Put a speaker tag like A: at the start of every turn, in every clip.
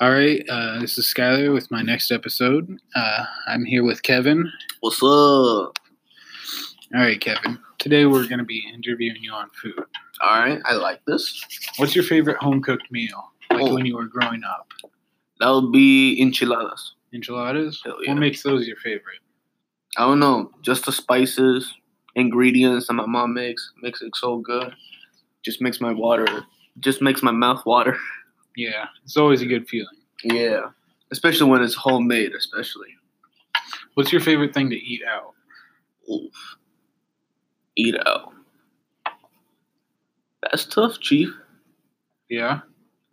A: All right, uh, this is Skylar with my next episode. Uh, I'm here with Kevin.
B: What's up?
A: All right, Kevin. Today we're going to be interviewing you on food.
B: All right, I like this.
A: What's your favorite home cooked meal? Like
B: Oh.
A: when you were growing up?
B: That would be enchiladas.
A: Enchiladas?
B: Hell yeah.
A: What makes those your favorite?
B: I don't know, just the spices, ingredients that my mom makes makes it so good. Just makes my water, just makes my mouth water.
A: Yeah, it's always a good feeling.
B: Yeah, especially when it's homemade, especially.
A: What's your favorite thing to eat out?
B: Oof. Eat out. That's tough, chief.
A: Yeah?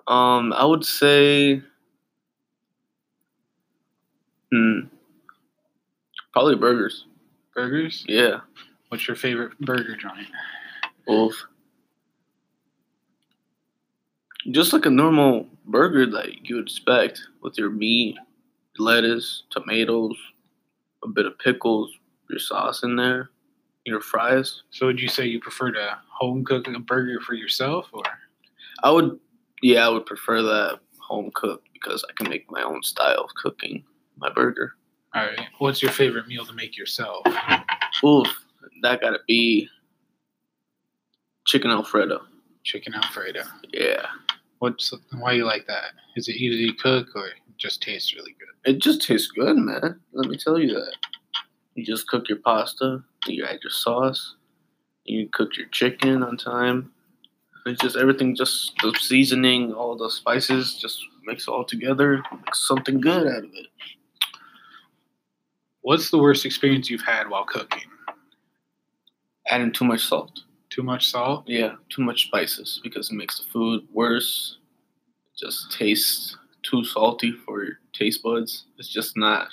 B: Um, I would say, hmm, probably burgers.
A: Burgers?
B: Yeah.
A: What's your favorite burger joint?
B: Oof. Just like a normal burger that you would expect with your meat, lettuce, tomatoes, a bit of pickles, your sauce in there, your fries.
A: So would you say you prefer to home cook a burger for yourself or?
B: I would, yeah, I would prefer that home cooked because I can make my own style of cooking my burger.
A: All right. What's your favorite meal to make yourself?
B: Oof, that gotta be chicken alfredo.
A: Chicken alfredo.
B: Yeah,
A: What's why you like that? Is it easy to cook or it just tastes really good?
B: it just tastes good, man. Let me tell you that. You just cook your pasta, you add your sauce, you cook your chicken on time. It's just everything, just the seasoning, all the spices, just mix it all together, makes something good out of it.
A: What's the worst experience you've had while cooking?
B: Adding too much salt.
A: Too much salt?
B: Yeah, too much spices because it makes the food worse. It just tastes too salty for your taste buds. It's just not.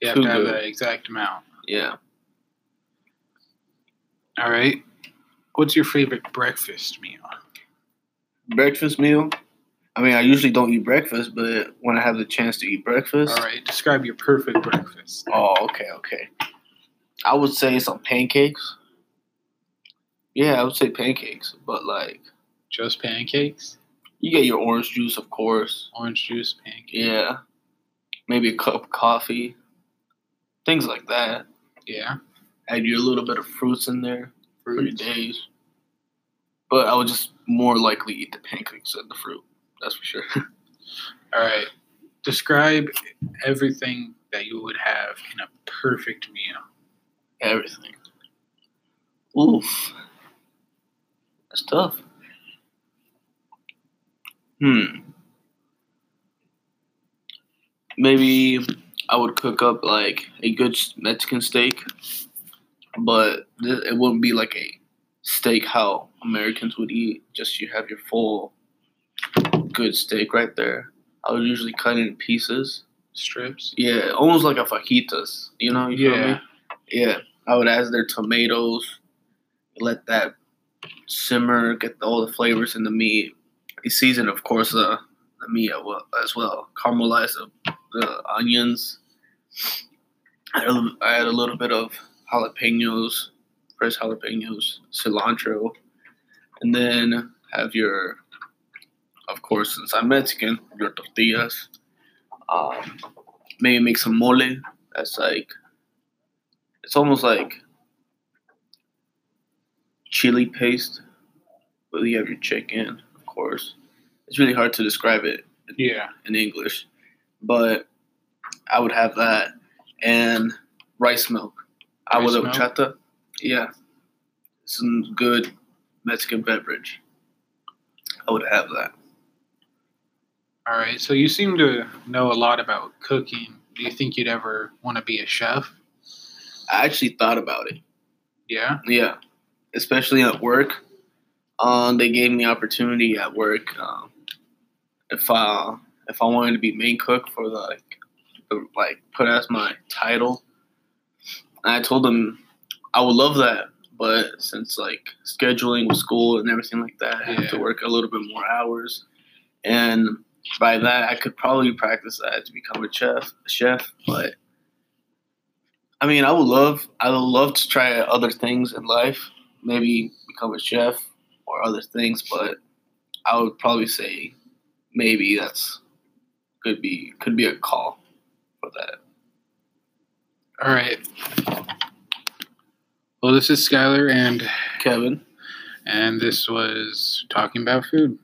A: You have
B: Too
A: to have
B: good.
A: that exact amount.
B: Yeah.
A: All right. What's your favorite breakfast meal?
B: Breakfast meal. I mean, I usually don't eat breakfast, but when I have the chance to eat
A: All
B: breakfast.
A: right. Describe your perfect breakfast.
B: Oh, okay, okay. I would say some pancakes. Yeah, I would say pancakes, but like
A: Just pancakes,
B: you get your orange juice, of course.
A: orange juice, pancakes.
B: Yeah. Maybe a cup of coffee. Things like that.
A: Yeah.
B: add your little bit of fruits in there for your
A: Fruits.
B: days. But I would just more likely eat the pancakes than the fruit. That's for sure.
A: All right. Describe everything that you would have in a perfect meal.
B: Everything. Oof. That's tough. Hmm. Maybe I would cook up like a good s- Mexican steak, but th- it wouldn't be like a steak how Americans would eat. Just you have your full good steak right there. I would usually cut it in pieces.
A: Strips.
B: Yeah, almost like a fajitas. You know? You Feel me?
A: Yeah.
B: Yeah, I would add their tomatoes, let that simmer, get all the flavors in the meat. You season, of course, uh, the meat as well- as well. Caramelize the, the onions. Add a, add a little bit of jalapenos, fresh jalapenos, cilantro, and then have your, of course, since I'm Mexican, your tortillas. Um, maybe make some mole. That's like it's almost like chili paste, but you have your chicken, of course. It's really hard to describe it
A: Yeah.
B: in English, but I would have that and rice milk. I
A: Rice
B: would
A: milk?
B: chata. Yeah, some good Mexican beverage. I would have that.
A: All right. So you seem to know a lot about cooking. Do you think you'd ever want to be a chef?
B: I actually thought about it.
A: Yeah.
B: Yeah, especially at work. Um, they gave me opportunity at work. Um, if I if I wanted to be main cook for the, like the, like put as my title, and I told them I would love that, but since like scheduling with school and everything like that, I have to
A: Yeah.
B: work a little bit more hours, and by that I could probably practice that to become a chef. Chef, but I mean, I would love, I would love to try other things in life. Maybe become a chef or other things, but I would probably say maybe that's could be could be a call for that.
A: All right. Well, this is Skylar, and
B: Kevin.
A: and this was talking about food.